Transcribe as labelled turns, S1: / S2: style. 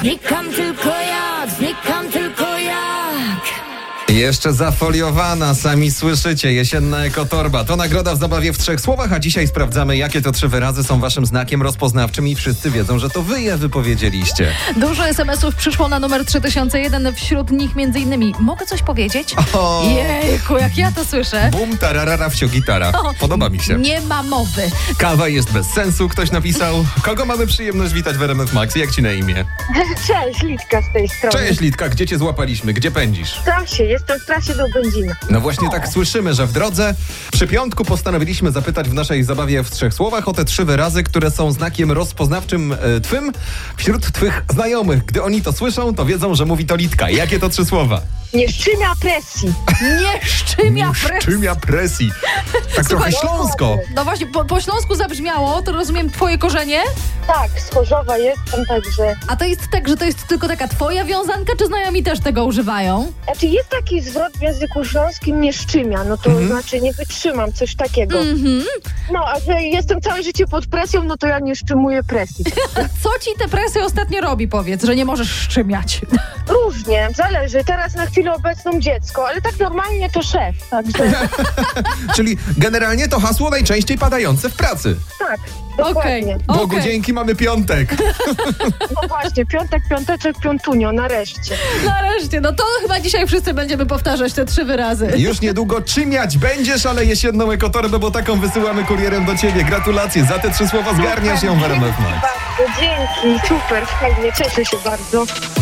S1: Znikam tylko ja, znikam tylko jak.
S2: Jeszcze zafoliowana, sami słyszycie, jesienna ekotorba. To nagroda w zabawie w trzech słowach, a dzisiaj sprawdzamy, jakie to trzy wyrazy są waszym znakiem rozpoznawczym i wszyscy wiedzą, że to wy je wypowiedzieliście.
S3: Dużo SMS-ów przyszło na numer 3001, wśród nich między innymi mogę coś powiedzieć?
S2: O,
S3: Jejku, jak ja to słyszę.
S2: bum, tararara, wsio gitara. Podoba mi się.
S3: Nie ma mowy.
S2: Kawa jest bez sensu, ktoś napisał. Kogo mamy przyjemność witać w RMF Max? Jak ci na imię?
S4: Cześć, Litka z tej strony.
S2: Cześć Litka, gdzie cię złapaliśmy? Gdzie pędzisz?
S4: W trasie, jestem w trasie do Będzina.
S2: No właśnie tak słyszymy, że w drodze. Przy piątku postanowiliśmy zapytać w naszej zabawie w trzech słowach o te trzy wyrazy, które są znakiem rozpoznawczym e, twym wśród twych znajomych. Gdy oni to słyszą, to wiedzą, że mówi to Litka. Jakie to trzy słowa?
S4: Nie szczymia presji.
S3: Nie szczymia presji.
S2: Szczymia presji. Tak trochę
S3: Słuchaj,
S2: śląsko.
S3: No właśnie, po, po śląsku zabrzmiało, to rozumiem twoje korzenie,
S4: Tak, z Chorzowa jestem, także...
S3: a to jest tak, że to jest tylko taka twoja wiązanka, czy znajomi też tego używają?
S4: Znaczy jest taki zwrot w języku śląskim, nie szczymia, no to znaczy nie wytrzymam, coś takiego.
S3: Mhm.
S4: No, a że jestem całe życie pod presją, no to ja nie szczymuję presji.
S3: Co ci te presje ostatnio robi, powiedz, że nie możesz szczymiać?
S4: Różnie, zależy. Teraz na chwilę obecną dziecko, ale tak normalnie to szef, także
S2: Czyli generalnie to hasło najczęściej padające w pracy.
S4: tak,
S3: Okej,
S4: dokładnie.
S3: okej.
S2: Bogu dzięki, mamy piątek.
S4: No właśnie, piątek, piąteczek, piątunio, nareszcie.
S3: Nareszcie, no to chyba dzisiaj wszyscy będziemy powtarzać te trzy wyrazy.
S2: Już niedługo czymiać będziesz, ale jesienną ekotorbę, bo taką wysyłamy kurierem do ciebie. Gratulacje, za te trzy słowa zgarniasz ją w RMF Max.
S4: Bardzo dzięki, super, fajnie, cieszę się bardzo.